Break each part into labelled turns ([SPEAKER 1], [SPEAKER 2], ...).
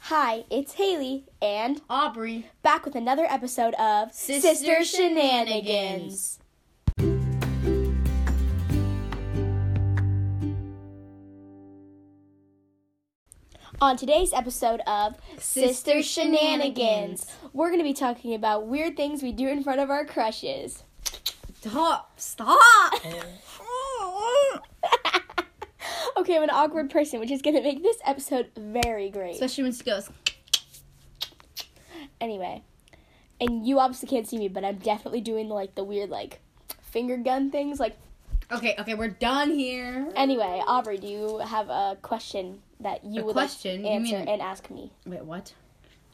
[SPEAKER 1] Hi, it's Haley and
[SPEAKER 2] Aubrey.
[SPEAKER 1] back with another episode of
[SPEAKER 2] Sister Shenanigans.
[SPEAKER 1] On today's episode of
[SPEAKER 2] Sister Shenanigans.
[SPEAKER 1] we're going to be talking about weird things we do in front of our crushes.
[SPEAKER 2] Stop! Stop!
[SPEAKER 1] okay, I'm an awkward person, which is going to make this episode very great.
[SPEAKER 2] Especially when she goes,
[SPEAKER 1] Anyway, and you obviously can't see me, but I'm definitely doing like the weird like finger gun things. Like
[SPEAKER 2] okay, okay, we're done here.
[SPEAKER 1] anyway, Aubrey, do you have a question that you
[SPEAKER 2] A
[SPEAKER 1] would
[SPEAKER 2] question? You
[SPEAKER 1] like to answer
[SPEAKER 2] mean-
[SPEAKER 1] and ask me?
[SPEAKER 2] Wait, what?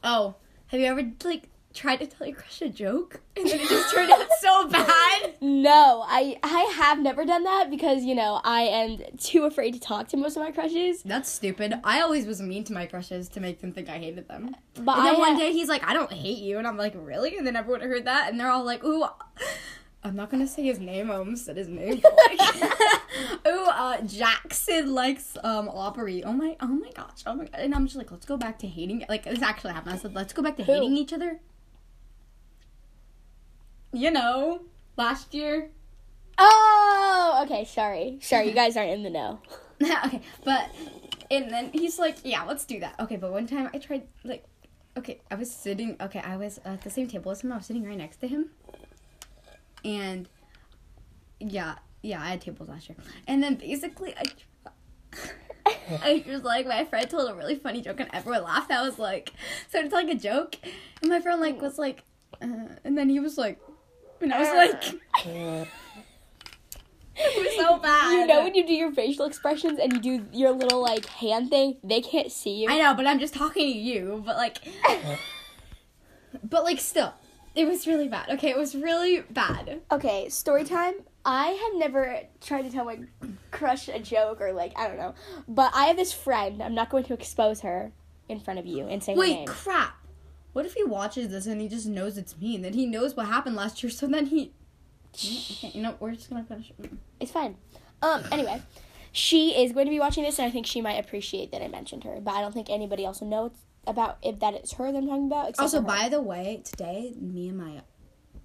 [SPEAKER 2] Oh, have you ever, like, tried to tell your crush a joke? And then it just turned out so bad?
[SPEAKER 1] No, I I have never done that because you know I am too afraid to talk to most of my crushes.
[SPEAKER 2] That's stupid. I always was mean to my crushes to make them think I hated them.
[SPEAKER 1] But
[SPEAKER 2] And then
[SPEAKER 1] I
[SPEAKER 2] one
[SPEAKER 1] ha-
[SPEAKER 2] day he's like, I don't hate you. And I'm like, really? And then everyone heard that. And they're all like, ooh, I'm not going to say his name. I almost said his name. ooh, uh, Jackson likes um, Aubrey. Oh my, oh my gosh. Oh my God. And I'm just like, let's go back to hating. Like, this actually happened. I said, let's go back to
[SPEAKER 1] Who?
[SPEAKER 2] hating each other. You know, last year.
[SPEAKER 1] Oh, okay. Sorry, sorry. You guys aren't in the know.
[SPEAKER 2] okay, but and then he's like, yeah, let's do that. Okay, but one time I tried like, okay, I was sitting. Okay, I was at the same table as him. I was sitting right next to him, and yeah, yeah, I had tables last year. And then basically, I. I was like, my friend told a really funny joke and everyone laughed. I was like, so it's like a joke, and my friend like was like, uh, and then he was like, and I was like, it was so bad.
[SPEAKER 1] You know when you do your facial expressions and you do your little like hand thing, they can't see you.
[SPEAKER 2] I know, but I'm just talking to you. But like, but like, still, it was really bad. Okay, it was really bad.
[SPEAKER 1] Okay, story time. I have never tried to tell my crush a joke or like I don't know, but I have this friend. I'm not going to expose her in front of you and say her
[SPEAKER 2] Wait,
[SPEAKER 1] name.
[SPEAKER 2] crap. What if he watches this and he just knows it's me, and then he knows what happened last year, so then he. Okay, you know, we're just gonna finish. Mm.
[SPEAKER 1] It's fine. Um. Anyway, she is going to be watching this, and I think she might appreciate that I mentioned her. But I don't think anybody else will know it's about if that it's her that I'm talking about. Except
[SPEAKER 2] Also,
[SPEAKER 1] for her.
[SPEAKER 2] by the way, today me and my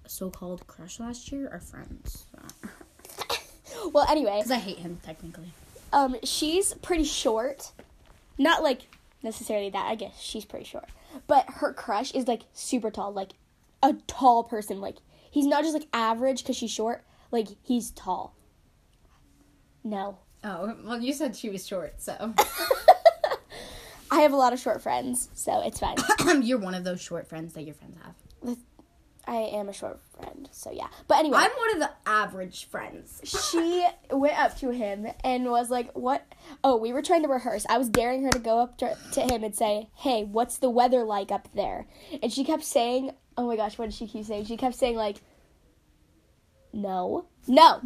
[SPEAKER 2] so-called crush last year are friends
[SPEAKER 1] Well, anyway,
[SPEAKER 2] because I hate him technically.
[SPEAKER 1] um, she's pretty short. Not like necessarily that. I guess she's pretty short, but her crush is like super tall, like a tall person. Like he's not just like average because she's short. Like he's tall. No,
[SPEAKER 2] Oh well, you said she was short, so
[SPEAKER 1] I have a lot of short friends, so it's fine.
[SPEAKER 2] you're one of those short friends that your friends have.
[SPEAKER 1] I am a short friend, so yeah. But anyway,
[SPEAKER 2] I'm one of the average friends.
[SPEAKER 1] she went up to him and was like, "What? Oh, we were trying to rehearse. I was daring her to go up to, to him and say, "Hey, what's the weather like up there?" And she kept saying, "Oh my gosh, what did she keep saying?" She kept saying like, "No. No.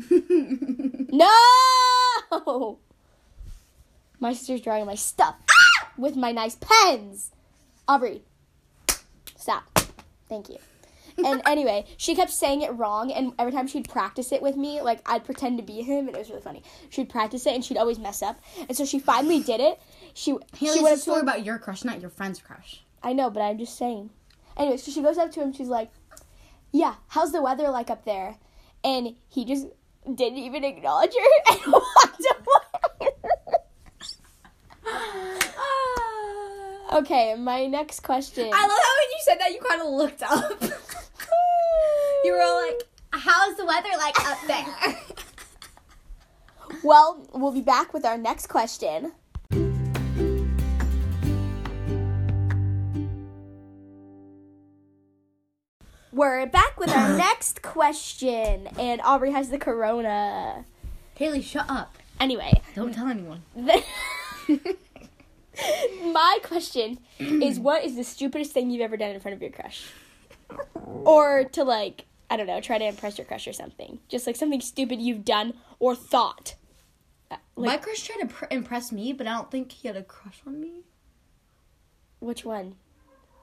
[SPEAKER 1] no!" My sister's drawing my stuff with my nice pens. Aubrey, stop. Thank you. And anyway, she kept saying it wrong, and every time she'd practice it with me, like I'd pretend to be him, and it was really funny. She'd practice it, and she'd always mess up. And so she finally did it. She
[SPEAKER 2] Haley,
[SPEAKER 1] she
[SPEAKER 2] it's
[SPEAKER 1] went
[SPEAKER 2] a
[SPEAKER 1] up to
[SPEAKER 2] story
[SPEAKER 1] him.
[SPEAKER 2] about your crush, not your friend's crush.
[SPEAKER 1] I know, but I'm just saying. Anyway, so she goes up to him. She's like, "Yeah, how's the weather like up there?" And he just didn't even acknowledge her and walked away. okay, my next question.
[SPEAKER 2] Uh, I love how when you said that, you kind of looked up. you were all like, "How's the weather like up there?"
[SPEAKER 1] Well, we'll be back with our next question. We're back with our next question, and Aubrey has the corona.
[SPEAKER 2] Haley, shut up!
[SPEAKER 1] Anyway,
[SPEAKER 2] Don't tell anyone.
[SPEAKER 1] the- my question is what is the stupidest thing you've ever done in front of your crush? Or to like, I don't know, try to impress your crush or something. Just like something stupid you've done or thought. Uh,
[SPEAKER 2] My
[SPEAKER 1] Like,
[SPEAKER 2] crush tried to pr- impress me, but I don't think he had a crush on me.
[SPEAKER 1] which one?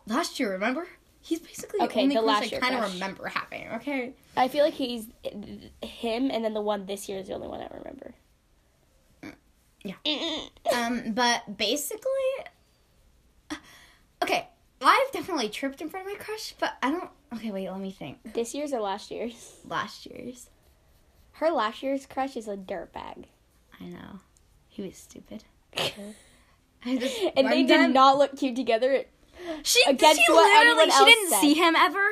[SPEAKER 2] Last year, remember? He's basically
[SPEAKER 1] Okay,
[SPEAKER 2] the only
[SPEAKER 1] the
[SPEAKER 2] crush
[SPEAKER 1] last
[SPEAKER 2] I
[SPEAKER 1] year
[SPEAKER 2] kind of
[SPEAKER 1] crush.
[SPEAKER 2] remember having. Okay.
[SPEAKER 1] I feel like he's him, and then the one this year is the only one I remember.
[SPEAKER 2] Um, but basically, Okay, I've definitely tripped in front of my crush, but I don't. Okay, wait, let me think.
[SPEAKER 1] This year's or last year's?
[SPEAKER 2] Last year's.
[SPEAKER 1] Her last year's crush is a dirtbag.
[SPEAKER 2] I know. He was stupid. I just
[SPEAKER 1] And they
[SPEAKER 2] one
[SPEAKER 1] did
[SPEAKER 2] time-
[SPEAKER 1] not look cute together.
[SPEAKER 2] She,
[SPEAKER 1] against
[SPEAKER 2] she
[SPEAKER 1] what
[SPEAKER 2] literally
[SPEAKER 1] anyone
[SPEAKER 2] she
[SPEAKER 1] else
[SPEAKER 2] didn't
[SPEAKER 1] said.
[SPEAKER 2] see him ever.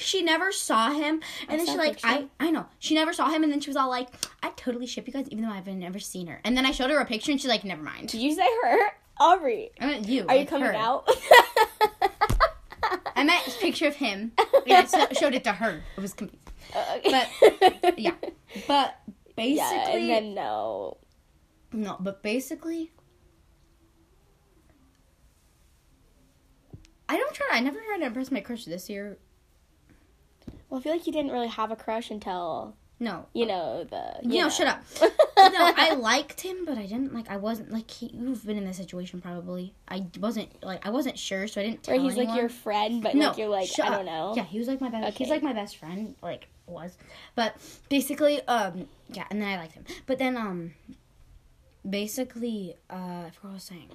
[SPEAKER 2] She never saw him, and then
[SPEAKER 1] saw
[SPEAKER 2] she
[SPEAKER 1] a
[SPEAKER 2] like I
[SPEAKER 1] picture.
[SPEAKER 2] I know she never saw him, and then she was all like, I totally ship you guys, even though I've never seen her. And then I showed her a picture, and she's like, never mind.
[SPEAKER 1] Did you say her? Aubrey.
[SPEAKER 2] I meant you.
[SPEAKER 1] Are you coming out?
[SPEAKER 2] I meant a picture of him. Yeah, so showed it to her. It was com-
[SPEAKER 1] but
[SPEAKER 2] yeah, but basically
[SPEAKER 1] Yeah, and then no.
[SPEAKER 2] no, but basically. I don't try. I never tried to impress my crush this year.
[SPEAKER 1] Well, I feel like you didn't really have a crush until
[SPEAKER 2] No,
[SPEAKER 1] you know the. You
[SPEAKER 2] no,
[SPEAKER 1] know.
[SPEAKER 2] shut up.
[SPEAKER 1] up.
[SPEAKER 2] no, I liked him, but I didn't like. I wasn't like he, you've been in this situation probably. I wasn't like I wasn't sure, so I didn't tell
[SPEAKER 1] Where he's like
[SPEAKER 2] anyone.
[SPEAKER 1] your friend, but
[SPEAKER 2] no,
[SPEAKER 1] like you're like
[SPEAKER 2] shut
[SPEAKER 1] I
[SPEAKER 2] up.
[SPEAKER 1] don't know.
[SPEAKER 2] Yeah, he was like my best. He's
[SPEAKER 1] Okay.
[SPEAKER 2] like my best friend, like was, but basically, um, yeah. And then I liked him, but then um, basically, uh, I forgot what I was saying.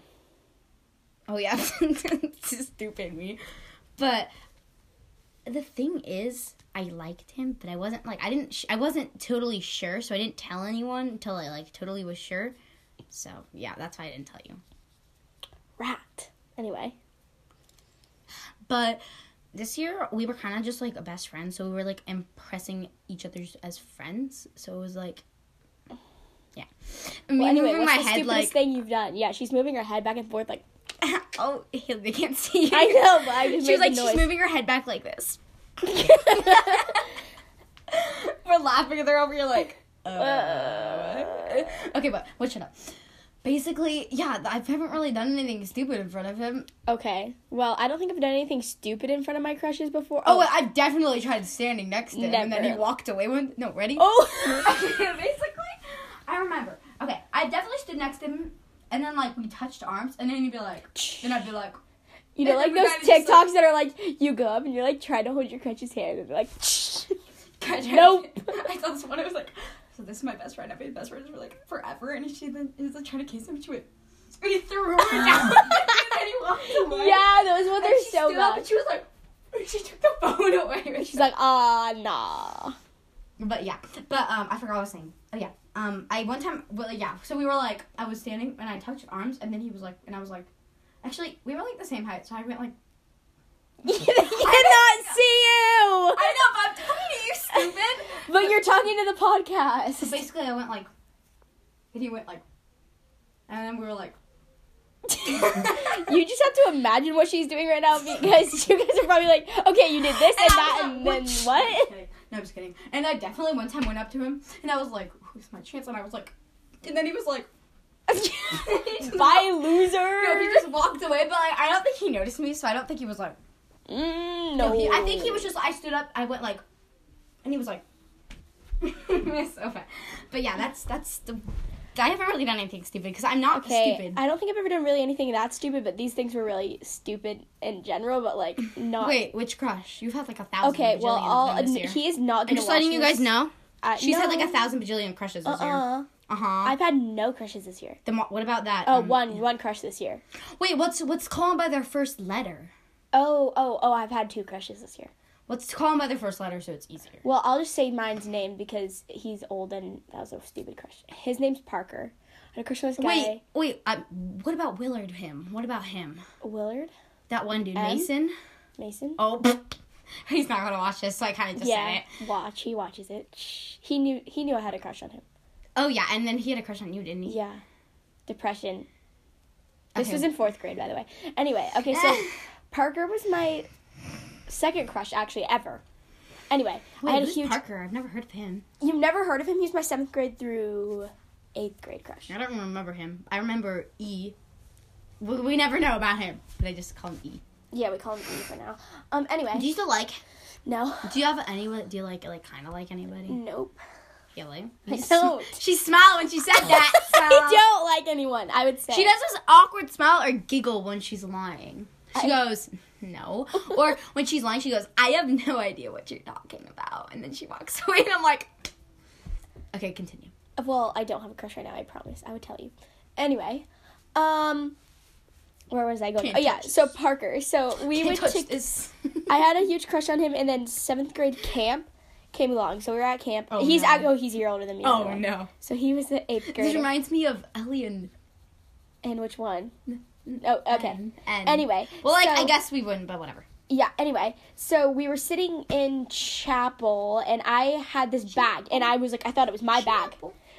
[SPEAKER 2] Oh yeah, it's just stupid me, but the thing is, I liked him, but I wasn't like I didn't sh- I wasn't totally sure, so I didn't tell anyone until I like totally was sure. So yeah, that's why I didn't tell you.
[SPEAKER 1] Rat. Anyway,
[SPEAKER 2] But this year we were kind of just like best friends, so we were like impressing each other as friends. So it was like, yeah. I mean,
[SPEAKER 1] well, anyway,
[SPEAKER 2] moving
[SPEAKER 1] what's
[SPEAKER 2] my
[SPEAKER 1] the
[SPEAKER 2] head
[SPEAKER 1] stupidest
[SPEAKER 2] like,
[SPEAKER 1] thing you've done? Yeah, she's moving her head back and forth like
[SPEAKER 2] oh, ew, they can't see.
[SPEAKER 1] I know, but I just
[SPEAKER 2] she was
[SPEAKER 1] made the
[SPEAKER 2] like, she's
[SPEAKER 1] noise.
[SPEAKER 2] moving her head back like this. We're laughing, and they're over here like,
[SPEAKER 1] Uh.
[SPEAKER 2] uh. okay, but what shut up? Basically, yeah, I haven't really done anything stupid in front of him.
[SPEAKER 1] okay. Well, I don't think I've done anything stupid in front of my crushes before.
[SPEAKER 2] Oh, wait, I've definitely tried standing next to him, and then he
[SPEAKER 1] Never.
[SPEAKER 2] walked away. One, no, ready?
[SPEAKER 1] oh.
[SPEAKER 2] basically, I remember. Okay, I definitely stood next to him, and then like we touched arms, and then he'd be like, then I'd be like,
[SPEAKER 1] you know,
[SPEAKER 2] And
[SPEAKER 1] like
[SPEAKER 2] then
[SPEAKER 1] those
[SPEAKER 2] we
[SPEAKER 1] TikToks
[SPEAKER 2] got into some-
[SPEAKER 1] that are like you go up and you're like trying to hold your crush's hand and they're like.
[SPEAKER 2] "Can I try
[SPEAKER 1] Nope.
[SPEAKER 2] it?" I saw this one. I was like, so this is my best friend. I've been best friends for like forever, and she then is like trying to kiss him. She went, and he threw her down, and then he walked away.
[SPEAKER 1] yeah, those ones
[SPEAKER 2] and
[SPEAKER 1] are
[SPEAKER 2] she
[SPEAKER 1] so
[SPEAKER 2] stood up, and
[SPEAKER 1] bad.
[SPEAKER 2] she was like. She took the phone away.
[SPEAKER 1] She's like, ah, nah.
[SPEAKER 2] But yeah, but um, I forgot what I was saying. Oh yeah, um, I one time, well yeah, so we were like, I was standing and I touched arms, and then he was like, and I was like, actually, we were like the same height, so I went like,
[SPEAKER 1] they cannot see you.
[SPEAKER 2] I know, but I'm talking to you, stupid.
[SPEAKER 1] But you're talking to the
[SPEAKER 2] So
[SPEAKER 1] podcast.
[SPEAKER 2] basically, I went like, and he went like, and then we were like,
[SPEAKER 1] you just have to imagine what she's doing right now because you guys are probably like, okay, you did this and,
[SPEAKER 2] I
[SPEAKER 1] that,
[SPEAKER 2] was
[SPEAKER 1] and
[SPEAKER 2] like,
[SPEAKER 1] then what?
[SPEAKER 2] No, I'm just kidding. And I definitely one time went up to him, and I was like, who's my chance? And I was like, and then he was like,
[SPEAKER 1] Bye,
[SPEAKER 2] no, he
[SPEAKER 1] loser.
[SPEAKER 2] just walked away. But like, I don't think he noticed me, so I don't think he was like.
[SPEAKER 1] Mm,
[SPEAKER 2] No,
[SPEAKER 1] no,
[SPEAKER 2] he, I think he was just. I stood up. I went like, and he was like, it's so bad. But yeah, that's that's the. I haven't really done anything stupid because I'm not
[SPEAKER 1] okay.
[SPEAKER 2] stupid.
[SPEAKER 1] I don't think I've ever done really anything that stupid, but these things were really stupid in general. But like, not
[SPEAKER 2] Wait, which crush? You've had like a thousand.
[SPEAKER 1] okay. Well,
[SPEAKER 2] bajillion of
[SPEAKER 1] all
[SPEAKER 2] them this year.
[SPEAKER 1] he is not.
[SPEAKER 2] I'm
[SPEAKER 1] Gonna
[SPEAKER 2] just letting
[SPEAKER 1] watch
[SPEAKER 2] you
[SPEAKER 1] this.
[SPEAKER 2] guys know.
[SPEAKER 1] I-
[SPEAKER 2] She's had like
[SPEAKER 1] no.
[SPEAKER 2] a thousand bajillion crushes this year.
[SPEAKER 1] Uh-uh.
[SPEAKER 2] Uh huh.
[SPEAKER 1] I've had no crushes this year.
[SPEAKER 2] Then what, what about that?
[SPEAKER 1] Oh,
[SPEAKER 2] um,
[SPEAKER 1] one, one crush this year.
[SPEAKER 2] Wait, what's what's called by their first letter?
[SPEAKER 1] Oh, oh, oh! I've had two crushes this year.
[SPEAKER 2] What's called by their first letter so it's easier.
[SPEAKER 1] Well, I'll just say mine's name because he's old and that was a stupid crush. His name's Parker. I had a crush on this guy.
[SPEAKER 2] Wait, wait. I, what about Willard? Him? What about him?
[SPEAKER 1] Willard
[SPEAKER 2] That one dude,
[SPEAKER 1] M?
[SPEAKER 2] Mason.
[SPEAKER 1] Mason.
[SPEAKER 2] Oh, pfft. he's not gonna watch this, so I kind of just said
[SPEAKER 1] yeah,
[SPEAKER 2] it.
[SPEAKER 1] watch. He watches it. Shh. He knew. He knew I had a crush on him.
[SPEAKER 2] Oh yeah, and then he had a crush on you, didn't he?
[SPEAKER 1] Yeah, depression. This
[SPEAKER 2] Okay.
[SPEAKER 1] was in fourth grade, by the way. Anyway, okay, so Parker was my second crush actually ever. Anyway,
[SPEAKER 2] Wait,
[SPEAKER 1] I had a
[SPEAKER 2] who's
[SPEAKER 1] huge.
[SPEAKER 2] Parker. I've never heard of him.
[SPEAKER 1] You've never heard of him? He was my seventh grade through eighth grade crush.
[SPEAKER 2] I don't remember him. I remember E. We, we never know about him, but I just call him E.
[SPEAKER 1] Yeah, we call him E for now. Um. Anyway,
[SPEAKER 2] Do you still like?
[SPEAKER 1] no.
[SPEAKER 2] Do you have anyone? Do you like like kind of like anybody?
[SPEAKER 1] Nope.
[SPEAKER 2] Really?
[SPEAKER 1] I
[SPEAKER 2] You sm-
[SPEAKER 1] don't.
[SPEAKER 2] She smiled when she said that. So.
[SPEAKER 1] I don't like anyone. I would say
[SPEAKER 2] She does this awkward smile or giggle when she's lying. She goes, no. Or when she's lying, she goes, I have no idea what you're talking about. And then she walks away, and I'm like, okay, continue.
[SPEAKER 1] Well, I don't have a crush right now. I promise. I would tell you. Anyway, um, where was I going?
[SPEAKER 2] Can't
[SPEAKER 1] oh yeah,
[SPEAKER 2] touch
[SPEAKER 1] so Parker. So we would take. I had a huge crush on him, and then seventh grade camp came along. So we were at camp.
[SPEAKER 2] Oh,
[SPEAKER 1] he's
[SPEAKER 2] no.
[SPEAKER 1] at, oh he's a year older than me. by the
[SPEAKER 2] oh
[SPEAKER 1] way.
[SPEAKER 2] no.
[SPEAKER 1] So he was the eighth
[SPEAKER 2] This
[SPEAKER 1] grader.
[SPEAKER 2] reminds me of Ellie and.
[SPEAKER 1] and which one? Oh okay.
[SPEAKER 2] And, and-
[SPEAKER 1] Anyway,
[SPEAKER 2] Well, like,
[SPEAKER 1] so-
[SPEAKER 2] I guess we wouldn't, but whatever.
[SPEAKER 1] Yeah, anyway, so we were sitting in chapel and I had this bag and I was like I thought it was my bag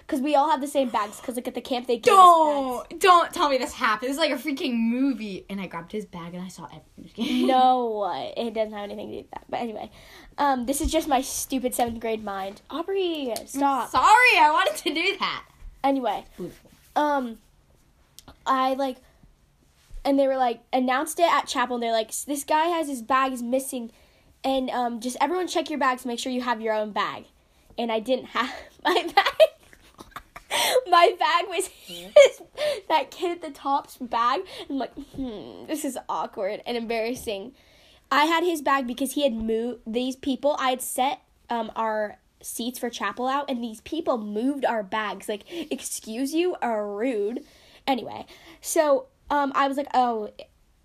[SPEAKER 1] cuz we all have the same bags cuz like at the camp they gave us bags.
[SPEAKER 2] Don't don't tell me this happened. It's like a freaking movie. And I grabbed his bag and I saw everything.
[SPEAKER 1] No, it doesn't have anything to do with that. But anyway, um this is just my stupid 7th grade mind. Aubrey, stop.
[SPEAKER 2] Sorry, I wanted to do that.
[SPEAKER 1] Anyway, um I like and they were like announced it at chapel and they're like this guy has his bag is missing and um just everyone check your bags make sure you have your own bag and I didn't have my bag my bag was his, that kid at the top's bag I'm like hmm this is awkward and embarrassing I had his bag because he had moved these people I had set um our seats for chapel out and these people moved our bags like excuse you are rude anyway so um I was like oh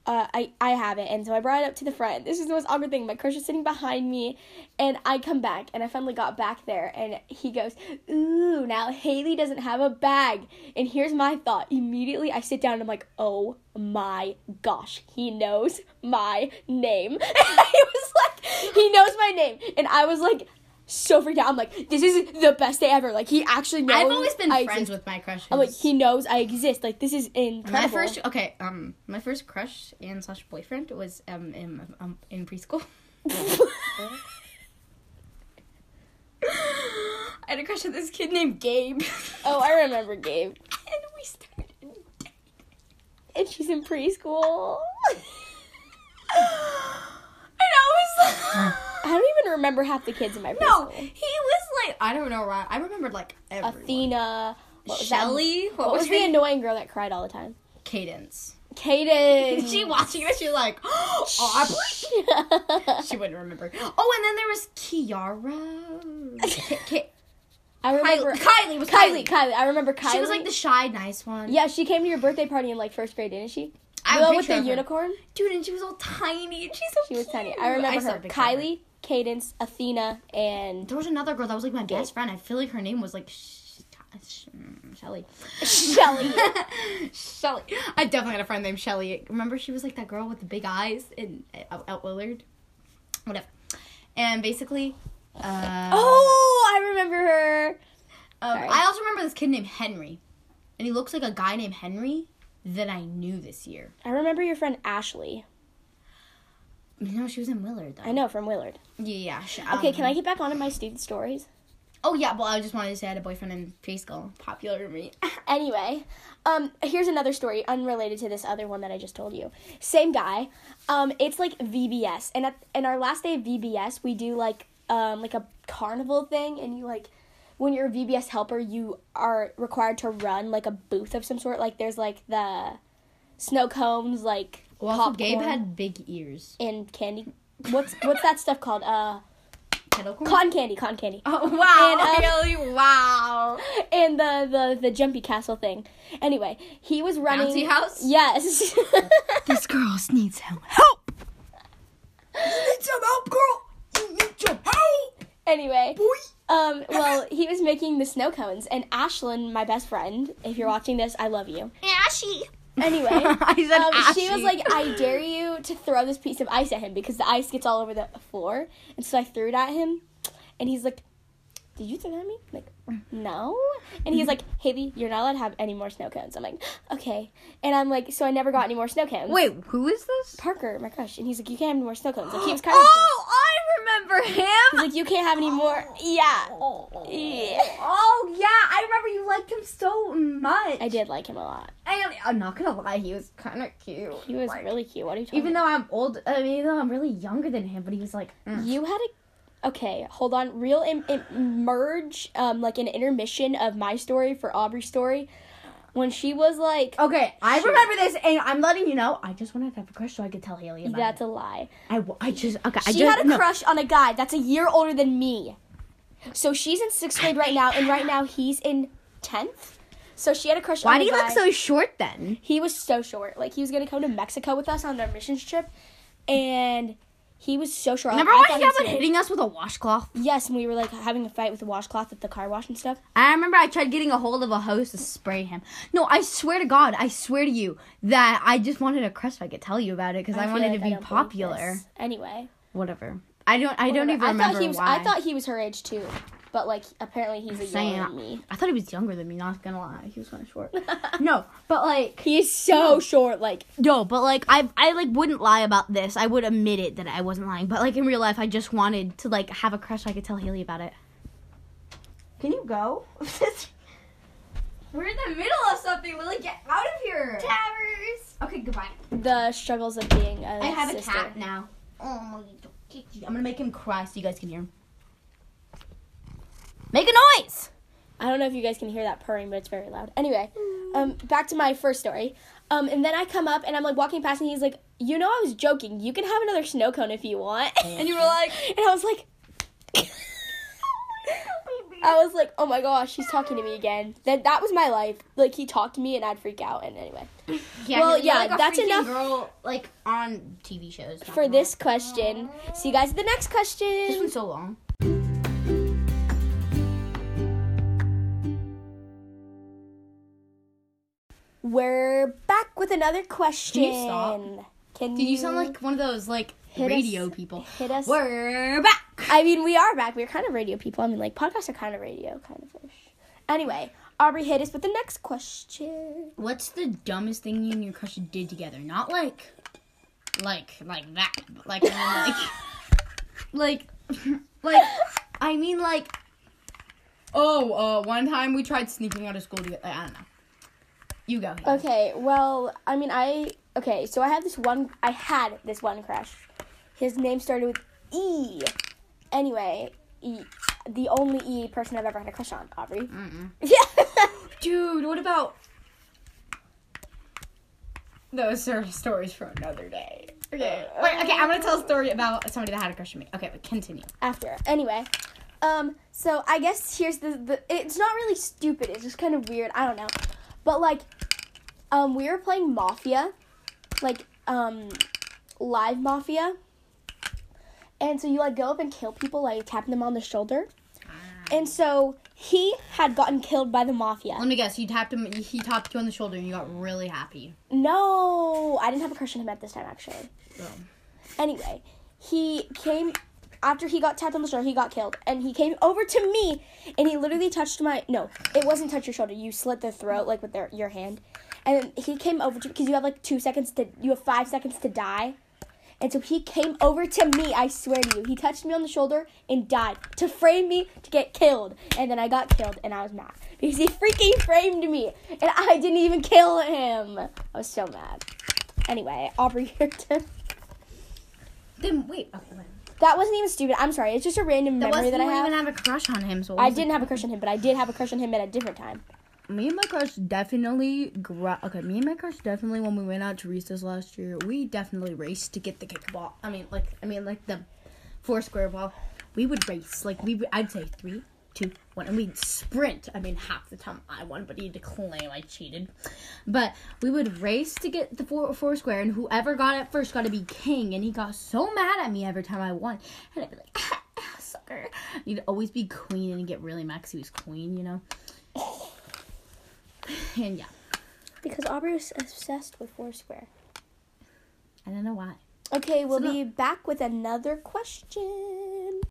[SPEAKER 1] uh, I, I have it. And so I brought it up to the front. This is the most awkward thing. My crush is sitting behind me, and I come back, and I finally got back there, and he goes, Ooh, now Haley doesn't have a bag. And here's my thought. Immediately, I sit down, and I'm like, Oh my gosh, he knows my name. And I was like, He knows my name. And I was like, so freaked out. I'm like, this is the best day ever. Like, he actually knows.
[SPEAKER 2] I've always been
[SPEAKER 1] Oh, I Oh,
[SPEAKER 2] friends
[SPEAKER 1] exist.
[SPEAKER 2] with my crushes.
[SPEAKER 1] I'm like, he knows I exist. Like, this is incredible.
[SPEAKER 2] my first okay, um, my first crush and slash boyfriend was um in um, in preschool. I had a crush on this kid named Gabe.
[SPEAKER 1] oh, I remember Gabe.
[SPEAKER 2] and we started dating.
[SPEAKER 1] and she's in preschool.
[SPEAKER 2] And I was
[SPEAKER 1] I don't even remember half the kids in my
[SPEAKER 2] No,
[SPEAKER 1] preschool.
[SPEAKER 2] he was like I don't know why. I remembered like everyone.
[SPEAKER 1] Athena. What was That?
[SPEAKER 2] Shelly. What,
[SPEAKER 1] What was
[SPEAKER 2] was her
[SPEAKER 1] the
[SPEAKER 2] name?
[SPEAKER 1] annoying girl that cried all the time?
[SPEAKER 2] Cadence.
[SPEAKER 1] Cadence.
[SPEAKER 2] She watching this, she's like, oh, Aubrey. She wouldn't remember. Oh, and then there was Kiara. Ki- Ki-
[SPEAKER 1] I remember
[SPEAKER 2] Kylie. Kylie was
[SPEAKER 1] Kylie.
[SPEAKER 2] Kylie.
[SPEAKER 1] Kylie. I remember Kylie.
[SPEAKER 2] She was like the shy, nice one.
[SPEAKER 1] Yeah, she came to your birthday party in like first grade, didn't she? The
[SPEAKER 2] I have a
[SPEAKER 1] one with
[SPEAKER 2] picture
[SPEAKER 1] the
[SPEAKER 2] of her.
[SPEAKER 1] unicorn.
[SPEAKER 2] Dude, and she was all tiny. And she's so
[SPEAKER 1] She was
[SPEAKER 2] cute.
[SPEAKER 1] tiny. I remember
[SPEAKER 2] saw a
[SPEAKER 1] her.
[SPEAKER 2] picture of
[SPEAKER 1] Kylie, Cadence, Athena, and
[SPEAKER 2] There was another girl that was like my best friend. I feel like her name was like Sh- Sh- mm, Shelly.
[SPEAKER 1] Shelly.
[SPEAKER 2] Shelly. I definitely had a friend named Shelly. Remember, she was like that girl with the big eyes in out, out Willard, whatever. And basically, uh,
[SPEAKER 1] oh, I remember her.
[SPEAKER 2] um,
[SPEAKER 1] sorry.
[SPEAKER 2] I also remember this kid named Henry, and he looks like a guy named Henry that I knew this year.
[SPEAKER 1] I remember your friend Ashley.
[SPEAKER 2] No, she was in Willard though.
[SPEAKER 1] I know from Willard.
[SPEAKER 2] Yeah. yeah she-
[SPEAKER 1] Okay,
[SPEAKER 2] um,
[SPEAKER 1] can I get back on to my student stories?
[SPEAKER 2] Oh yeah. Well, I just wanted to say I had a boyfriend in preschool. Popular to me.
[SPEAKER 1] Anyway, um, here's another story unrelated to this other one that I just told you. Same guy. Um, it's like VBS, and at and our last day of VBS, we do like um like a carnival thing, and you like when you're a VBS helper, you are required to run like a booth of some sort. Like there's like the snow combs, like
[SPEAKER 2] Well, also, Gabe
[SPEAKER 1] popcorn
[SPEAKER 2] had big ears.
[SPEAKER 1] and candy. What's what's that stuff called? Uh,
[SPEAKER 2] Kettle corn.
[SPEAKER 1] cotton candy, cotton candy.
[SPEAKER 2] oh wow!
[SPEAKER 1] And,
[SPEAKER 2] really? Wow.
[SPEAKER 1] and the, the the jumpy castle thing. Anyway, he was running.
[SPEAKER 2] Bouncy house?
[SPEAKER 1] Yes.
[SPEAKER 2] This girl needs help. Help! You need some help, girl! You need some help!
[SPEAKER 1] anyway,
[SPEAKER 2] Boy!
[SPEAKER 1] um, well, he was making the snow cones, and Ashlyn, my best friend, if you're watching this, I love you.
[SPEAKER 2] Ashy!
[SPEAKER 1] Anyway,
[SPEAKER 2] I said
[SPEAKER 1] um,
[SPEAKER 2] ashy.
[SPEAKER 1] she was like, "I dare you to throw this piece of ice at him because the ice gets all over the floor." And so I threw it at him, and he's like, "Did you throw that at me?" I'm like, no. And he's like, "Haley, you're not allowed to have any more snow cones." I'm like, "Okay." And I'm like, "So I never got any more snow cones."
[SPEAKER 2] Wait, who is this?
[SPEAKER 1] Parker, my crush, and he's like, "You can't have any more snow cones." Like he was kind of.
[SPEAKER 2] Oh, I remember
[SPEAKER 1] He's
[SPEAKER 2] him!
[SPEAKER 1] like, you can't have any more. Yeah. Yeah.
[SPEAKER 2] Oh, yeah, I remember you liked him so much.
[SPEAKER 1] I did like him a lot.
[SPEAKER 2] I, I'm not gonna lie, he was kind of cute.
[SPEAKER 1] He was
[SPEAKER 2] Like,
[SPEAKER 1] really cute. What are you talking
[SPEAKER 2] Even though I'm old, I mean, even though I'm really younger than him, but he was like, mm.
[SPEAKER 1] You had a. Okay, hold on. Real Im- im- merge, um, like an intermission of my story for Aubrey's story. When she was like,
[SPEAKER 3] Oh,
[SPEAKER 2] Okay, I
[SPEAKER 1] Shoot.
[SPEAKER 2] remember this, and I'm letting you know. I just wanted to have a crush so I could tell Haley about
[SPEAKER 1] that's
[SPEAKER 2] it.
[SPEAKER 1] a lie.
[SPEAKER 2] I, w- I just okay. I
[SPEAKER 1] She
[SPEAKER 2] just,
[SPEAKER 1] had a
[SPEAKER 2] no.
[SPEAKER 1] crush on a guy that's a year older than me. So she's in sixth grade right now, and right now he's in 10th. So she had a crush
[SPEAKER 3] Why
[SPEAKER 1] on
[SPEAKER 3] do
[SPEAKER 1] a
[SPEAKER 3] you
[SPEAKER 1] guy.
[SPEAKER 3] look so short then?
[SPEAKER 1] he was so short. Like he was gonna come to Mexico with us on our missions trip, and he was so short. Like,
[SPEAKER 3] Remember
[SPEAKER 1] Oh, I
[SPEAKER 3] when
[SPEAKER 1] thought
[SPEAKER 3] she
[SPEAKER 1] he was
[SPEAKER 3] got one
[SPEAKER 1] gonna-
[SPEAKER 3] hitting us with a washcloth?
[SPEAKER 1] Yes, and we were like having a fight with the washcloth at the car wash and stuff.
[SPEAKER 3] I remember I tried getting a hold of a hose to spray him. No, I swear to God, I swear to you that I just wanted a crush. I could tell you about it because I,
[SPEAKER 1] feel
[SPEAKER 3] wanted
[SPEAKER 1] like
[SPEAKER 3] to
[SPEAKER 1] I
[SPEAKER 3] be
[SPEAKER 1] don't believe
[SPEAKER 3] popular.
[SPEAKER 1] this. Anyway,
[SPEAKER 3] Whatever. I don't. I don't
[SPEAKER 1] whatever.
[SPEAKER 3] even remember
[SPEAKER 1] I thought he was.
[SPEAKER 3] why.
[SPEAKER 1] I thought he was her age too, but like apparently he's a
[SPEAKER 3] Saying,
[SPEAKER 1] younger than me.
[SPEAKER 3] I thought he was younger than me. Not gonna lie, he was kind of short. no, but like
[SPEAKER 1] He's so short. Like
[SPEAKER 3] no, but like I I like wouldn't lie about this. I would admit it that I wasn't lying. But like in real life, I just wanted to like have a crush. I could tell Haley about it. Can you go?
[SPEAKER 2] We're in the middle of something. Lily, get out of here. Towers. Okay, goodbye.
[SPEAKER 1] the struggles of being a
[SPEAKER 3] I have
[SPEAKER 1] sister.
[SPEAKER 3] a cat now. Oh my I'm gonna make him cry so you guys can hear him. Make a noise!
[SPEAKER 1] I don't know if you guys can hear that purring, but it's very loud. Anyway,
[SPEAKER 3] Mm.
[SPEAKER 1] um, back to my first story. Um, and then I come up and I'm like walking past, and he's like, "You know, I was joking. You can have another snow cone if you want." and
[SPEAKER 2] And you were like,
[SPEAKER 1] I was like, I was like, "Oh my gosh, he's talking to me again." That that was my life. Like he talked to me, and I'd freak out. And anyway,
[SPEAKER 3] Yeah,
[SPEAKER 1] Well, yeah, that's enough-
[SPEAKER 3] Girl, like on TV shows. not
[SPEAKER 1] for
[SPEAKER 3] gonna
[SPEAKER 1] this question, see you guys at the next
[SPEAKER 3] lie. this
[SPEAKER 1] question.
[SPEAKER 3] one's so long.
[SPEAKER 1] We're back with another question.
[SPEAKER 3] stop?
[SPEAKER 1] Can
[SPEAKER 3] Dude, you sound like one of those like
[SPEAKER 1] Mm. Hit us-
[SPEAKER 3] radio people.
[SPEAKER 1] hit us?
[SPEAKER 3] We're back.
[SPEAKER 1] I mean, we are back. We're kind of radio people. I mean, like podcasts are kind of radio, kind of ish. Anyway, Aubrey hit us with the next question.
[SPEAKER 3] What's the dumbest thing you and your crush did together? Not like, like, like that. but, Like, I mean, like, like, like, I mean, like,
[SPEAKER 2] oh, uh, one time we tried sneaking out of school to get, I don't know. You go. Haley.
[SPEAKER 1] Okay, well, I mean, I okay. So I have this one. I had this one crush. His name started with E. Anyway, e, the only E person I've ever had a crush on, Aubrey. Yeah.
[SPEAKER 2] Dude, what about. Those are stories for another day. Okay. Wait, okay, I'm gonna tell a story about somebody that had a crush on me. Okay, but continue.
[SPEAKER 1] After anyway. Um, so I guess here's the, the it's not really stupid, it's just kind of weird, I don't know. But like um we were playing Mafia, like um live Mafia. And so you like go up and kill people like tapping them on the shoulder. And so he had gotten killed by the mafia.
[SPEAKER 2] Let me guess, you tapped him, he tapped you on the shoulder and you got really happy.
[SPEAKER 1] No, I didn't have a crush on him at this time actually. Anyway, he came after he got tapped on the shoulder. He got killed, and he came over to me, and he literally touched my no. It wasn't touch your shoulder. You slit the throat like with their, your hand, and he came over to because you have like two seconds to you have five seconds to die, and so he came over to me. I swear to you, he touched me on the shoulder and died to frame me to get killed, and then I got killed, and I was mad because he freaking framed me, and I didn't even kill him. I was so mad. Anyway, Aubrey, your turn.
[SPEAKER 2] Then, wait, okay, wait.
[SPEAKER 1] That wasn't even stupid. I'm sorry. It's just a random
[SPEAKER 3] that
[SPEAKER 1] memory
[SPEAKER 3] wasn't
[SPEAKER 1] that I have.
[SPEAKER 3] even have a crush on him. So what
[SPEAKER 1] I
[SPEAKER 3] was it?
[SPEAKER 1] didn't have a crush on him, but I did have a crush on him at a different time.
[SPEAKER 2] Me and my crush definitely gra- okay. Me and my crush definitely when we went out to Rista's last year, we definitely raced to get the kickball. I mean, like I mean, like the four square ball. We would race like we. Would, I'd say three, two, one, and we'd sprint. I mean, half the time I won, but he'd claim I cheated. But we would race to get the four four square, and whoever got it first got to be king. And he got so mad at me every time I won, and I'd be like, sucker. You'd always be queen and get really mad 'cause he was queen, you know. And yeah,
[SPEAKER 1] Because Aubrey was obsessed with Foursquare.
[SPEAKER 2] I don't know why.
[SPEAKER 1] Okay, we'll be back with another question.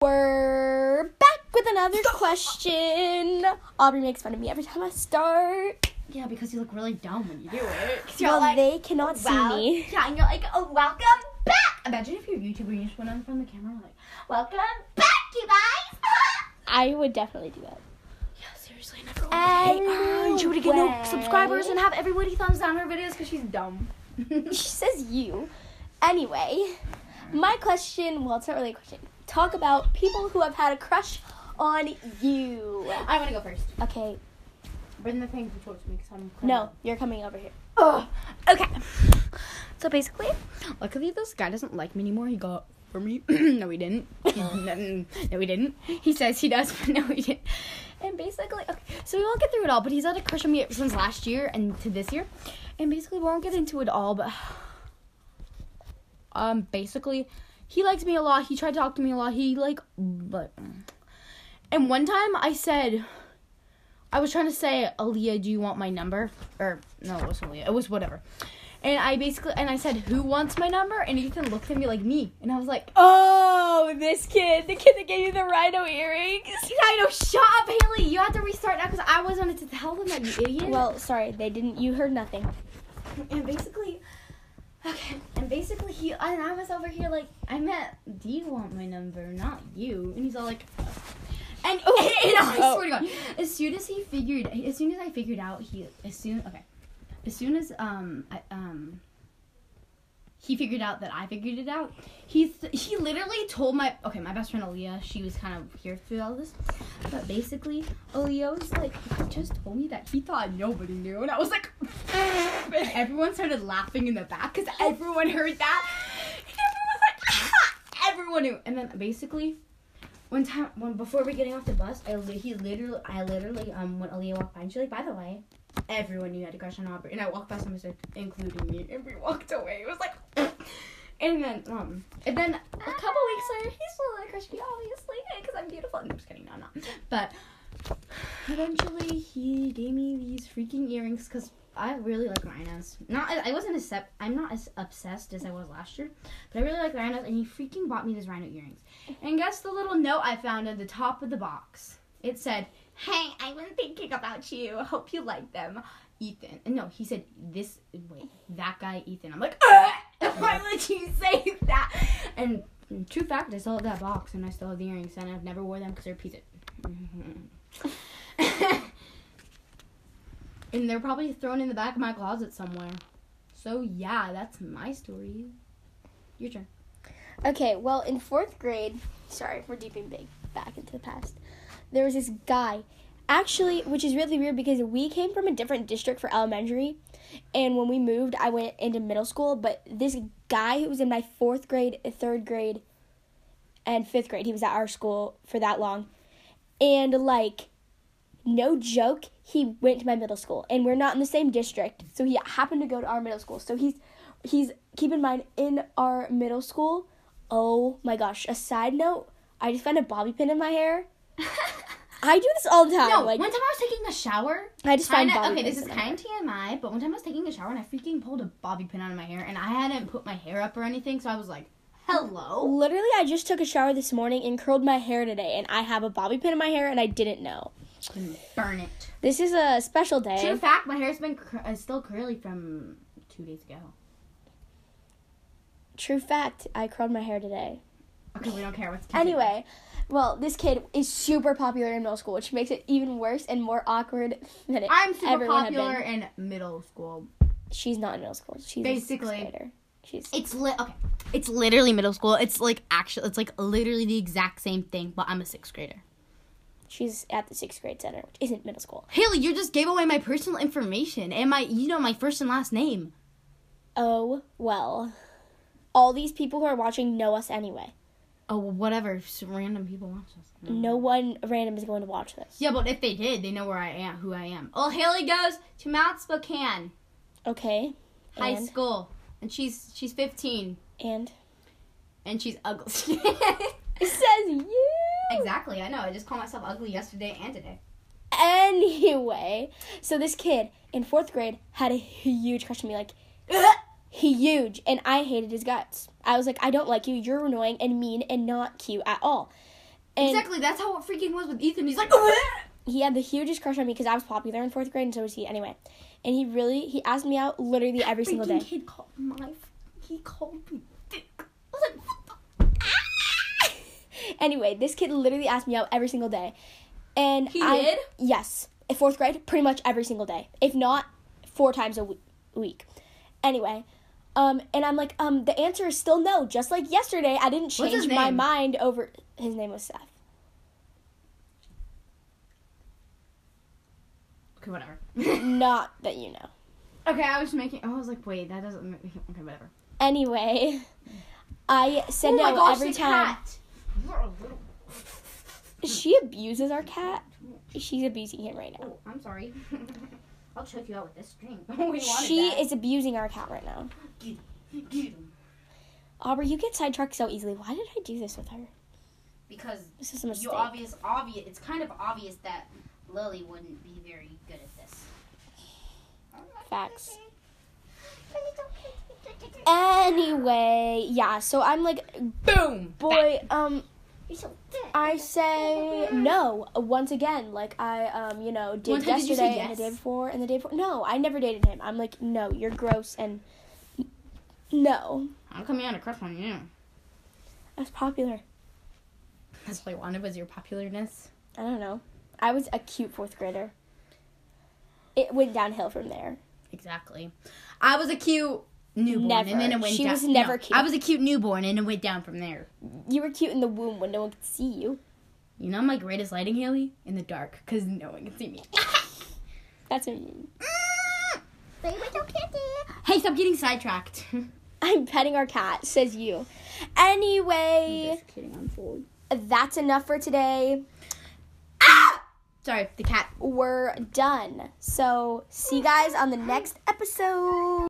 [SPEAKER 1] We're back with another question. Aubrey makes fun of me every time I start.
[SPEAKER 3] Yeah, because you look really dumb when you do it.
[SPEAKER 1] Well, they cannot see me.
[SPEAKER 3] Yeah, and you're like, oh, welcome back. "Ah!" Imagine if you're a YouTuber and you just went in front of the camera and were like, welcome back, you guys.
[SPEAKER 1] I would definitely do that.
[SPEAKER 3] yeah, seriously, never.
[SPEAKER 1] Anyway.
[SPEAKER 3] She would get no subscribers and have everybody thumbs down her videos because she's dumb.
[SPEAKER 1] She says you. Anyway, my question, well, it's not really a question. Talk about people who have had a crush on you.
[SPEAKER 3] I want to go first.
[SPEAKER 1] Okay,
[SPEAKER 3] Bring the thing towards me because I'm.
[SPEAKER 1] no, you're coming over here.
[SPEAKER 3] Oh, okay. So basically,
[SPEAKER 2] Luckily, this guy doesn't like me anymore. He got for me. no, he didn't. no, no, he didn't. He says he does, but no, he didn't. And basically, okay, so we won't get through it all, but he's had a crush on me since last year and to this year. And basically, we won't get into it all, but. Um, basically, he likes me a lot. He tried to talk to me a lot. He, like, but. And one time I said, I was trying to say, Aaliyah, do you want my number? Or, no, it wasn't Aaliyah. It was whatever. And I basically, and I said, who wants my number? And Ethan looked at me like, me. And I was like,
[SPEAKER 1] Oh, this kid, the kid that gave you the rhino earrings.
[SPEAKER 2] I know, shut up, Haley. You have to restart now because I was wanted to tell them that, you idiot.
[SPEAKER 1] Well, sorry, they didn't. You heard nothing.
[SPEAKER 2] and basically, okay, and basically he, and I was over here like, I meant, do you want my number, not you? And he's all like, and, and I
[SPEAKER 1] Oh.
[SPEAKER 2] swear to God, as soon as he figured, as soon as I figured out, he, as soon, okay, as soon as, um, I, um, he figured out that I figured it out. He th- he literally told my okay my best friend Aaliyah. She was kind of here through all this, but basically Aaliyah was like he just told me that he thought nobody knew, and I was like, and everyone started laughing in the back because everyone heard that. And everyone was like, "Ah!" everyone knew, and then basically. One time, when before we were getting off the bus, I li- he literally, I literally, um, when Aaliyah walked by, and she's like, "By the way, everyone knew I had a crush on Aubrey, and I walked past him and said, including me, and we walked away. It was like, and then um, and then a couple weeks later, he still had a crush on me, obviously, because I'm beautiful. No, I'm just kidding, no, I'm not. But eventually, he gave me these freaking earrings because I really like rhinos. Not, I I wasn't as sep- I'm not as obsessed as I was last year, but I really like rhinos, and he freaking bought me these rhino earrings. And guess the little note I found at the top of the box. It said, "Hey, I've been thinking about you. Hope you like them." Ethan. And No, he said this. Wait, that guy, Ethan. I'm like, "Ugh, why would you say that? And mm, true fact, I still have that box and I still have the earrings and I've never wore them because they're a piece of- and they're probably thrown in the back of my closet somewhere. So yeah, that's my story. Your turn.
[SPEAKER 1] Okay, well, in fourth grade, sorry, we're deeping big back into the past. There was this guy, actually, which is really weird because we came from a different district for elementary, and when we moved, I went into middle school. But this guy who was in my fourth grade, third grade, and fifth grade, he was at our school for that long, and like, no joke, he went to my middle school, and we're not in the same district, so he happened to go to our middle school. So he's he's keep in mind in our middle school. Oh my gosh! A side note: I just found a bobby pin in my hair. I do this all the time.
[SPEAKER 2] No,
[SPEAKER 1] like
[SPEAKER 2] one time I was taking a shower
[SPEAKER 1] I just find
[SPEAKER 2] Kinda,
[SPEAKER 1] bobby
[SPEAKER 2] okay,
[SPEAKER 1] pins
[SPEAKER 2] this is
[SPEAKER 1] in my hair.
[SPEAKER 2] kind of TMI, but one time I was taking a shower and I freaking pulled a bobby pin out of my hair, and I hadn't put my hair up or anything, so I was like, "Hello."
[SPEAKER 1] Literally, I just took a shower this morning and curled my hair today, and I have a bobby pin in my hair, and I didn't know.
[SPEAKER 2] Burn it.
[SPEAKER 1] This is a special
[SPEAKER 2] True
[SPEAKER 1] day.
[SPEAKER 2] fact, my hair's been cr- uh, still curly from two days ago.
[SPEAKER 1] True fact, I curled my hair today.
[SPEAKER 2] Okay, we don't care what's
[SPEAKER 1] Anyway, well, this kid is super popular in middle school, which makes it even worse and more awkward than it
[SPEAKER 2] I'm super
[SPEAKER 1] everyone had
[SPEAKER 2] popular
[SPEAKER 1] been.
[SPEAKER 2] in middle school.
[SPEAKER 1] She's not in middle school. She's a
[SPEAKER 2] Basically.
[SPEAKER 1] sixth grader. She's
[SPEAKER 2] It's lit. Okay, it's literally middle school. It's like actually, it's like literally the exact same thing, but I'm a sixth grader.
[SPEAKER 1] she's at the sixth grade center, which isn't middle school.
[SPEAKER 2] Haley, you just gave away my personal information and my, you know, my first and last name.
[SPEAKER 1] Oh well, all these people who are watching know us anyway.
[SPEAKER 2] Oh, well, whatever. Just random people watch us.
[SPEAKER 1] No one random is going to watch this.
[SPEAKER 2] Yeah, but if they did, they know where I am, who I am. Well, Haley goes to Mount Spokane
[SPEAKER 1] Okay,
[SPEAKER 2] High
[SPEAKER 1] And?
[SPEAKER 2] School, and she's she's 15,
[SPEAKER 1] and
[SPEAKER 2] and she's ugly.
[SPEAKER 1] it says you.
[SPEAKER 2] exactly, I know. I just called myself ugly yesterday and today.
[SPEAKER 1] Anyway, so this kid in fourth grade had a huge crush on me, like huge, and I hated his guts. I was like, I don't like you. You're annoying and mean and not cute at all. And
[SPEAKER 2] exactly, that's how it freaking was with Ethan. He's like,
[SPEAKER 1] he had the hugest crush on me because I was popular in fourth grade, and so was he. Anyway, and he really he asked me out literally every single
[SPEAKER 2] Freaking
[SPEAKER 1] day.
[SPEAKER 2] kid called my, he called me dick. I was like, what the?
[SPEAKER 1] Anyway, this kid literally asked me out every single day, and
[SPEAKER 2] He
[SPEAKER 1] I,
[SPEAKER 2] did?
[SPEAKER 1] Yes, in fourth grade, pretty much every single day, if not four times a we- week. Anyway, um, and I'm like, um, the answer is still no. Just like yesterday, I didn't
[SPEAKER 2] What's his
[SPEAKER 1] change my
[SPEAKER 2] name?
[SPEAKER 1] mind over. His name was Seth.
[SPEAKER 2] Okay, whatever.
[SPEAKER 1] Not that you know.
[SPEAKER 2] oh, okay, I was making. I was like, wait, that doesn't. Make, okay, whatever.
[SPEAKER 1] Anyway, I said
[SPEAKER 3] Oh
[SPEAKER 1] no
[SPEAKER 3] my gosh,
[SPEAKER 1] every
[SPEAKER 3] the
[SPEAKER 1] time.
[SPEAKER 3] cat. You're a little.
[SPEAKER 1] She abuses our cat. She's abusing him right now.
[SPEAKER 3] Oh, I'm sorry. I'll choke you out with this string. we wanted
[SPEAKER 1] She
[SPEAKER 3] that.
[SPEAKER 1] is abusing our cat right now.
[SPEAKER 3] Get him.
[SPEAKER 1] Aubrey, you get sidetracked so easily. Why did I do this with her?
[SPEAKER 3] Because
[SPEAKER 1] This is a mistake.
[SPEAKER 3] you obvious, obvious. It's kind of obvious that Lily wouldn't be very good at this.
[SPEAKER 1] Facts. 哦 Anyway, yeah, so I'm like,
[SPEAKER 2] Boom.
[SPEAKER 1] boy, um,
[SPEAKER 3] You're so thick.
[SPEAKER 1] I say no once again. Like I, um, you know, did
[SPEAKER 2] One time did you
[SPEAKER 1] yesterday
[SPEAKER 2] say
[SPEAKER 1] and the day
[SPEAKER 2] yes?
[SPEAKER 1] before and the day before. No, I never dated him. I'm like, no, you're gross and n- no,
[SPEAKER 2] I'm coming out a crush on you.
[SPEAKER 1] that's popular.
[SPEAKER 2] That's what I wanted was your popularness.
[SPEAKER 1] I don't know. I was a cute fourth grader. It went downhill from there.
[SPEAKER 2] Exactly. I was a cute newborn,
[SPEAKER 1] Never.
[SPEAKER 2] and then it went
[SPEAKER 1] She
[SPEAKER 2] down.
[SPEAKER 1] was never
[SPEAKER 2] No,
[SPEAKER 1] cute.
[SPEAKER 2] I was a cute newborn, and it went down from there.
[SPEAKER 1] You were cute in the womb when no one could see you.
[SPEAKER 2] You know my greatest lighting, Haley? In the dark, because no one can see me.
[SPEAKER 1] That's what I mean.
[SPEAKER 2] hey, stop getting sidetracked.
[SPEAKER 1] I'm petting our cat, says you. Anyway,
[SPEAKER 2] Just kidding, I'm fooled.
[SPEAKER 1] that's enough for today.
[SPEAKER 2] Sorry, the cat.
[SPEAKER 1] We're done. So, see you guys on the next episode.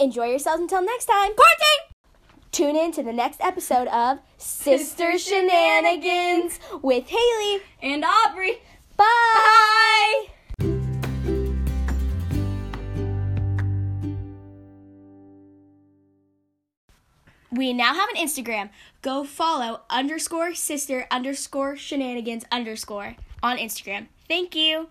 [SPEAKER 1] Enjoy yourselves until next time. Quarantine! Tune in to the next episode of Sister Shenanigans with Haley.
[SPEAKER 2] And Aubrey.
[SPEAKER 1] Bye. We now have an Instagram. Go follow underscore sister underscore shenanigans underscore on Instagram. Thank you.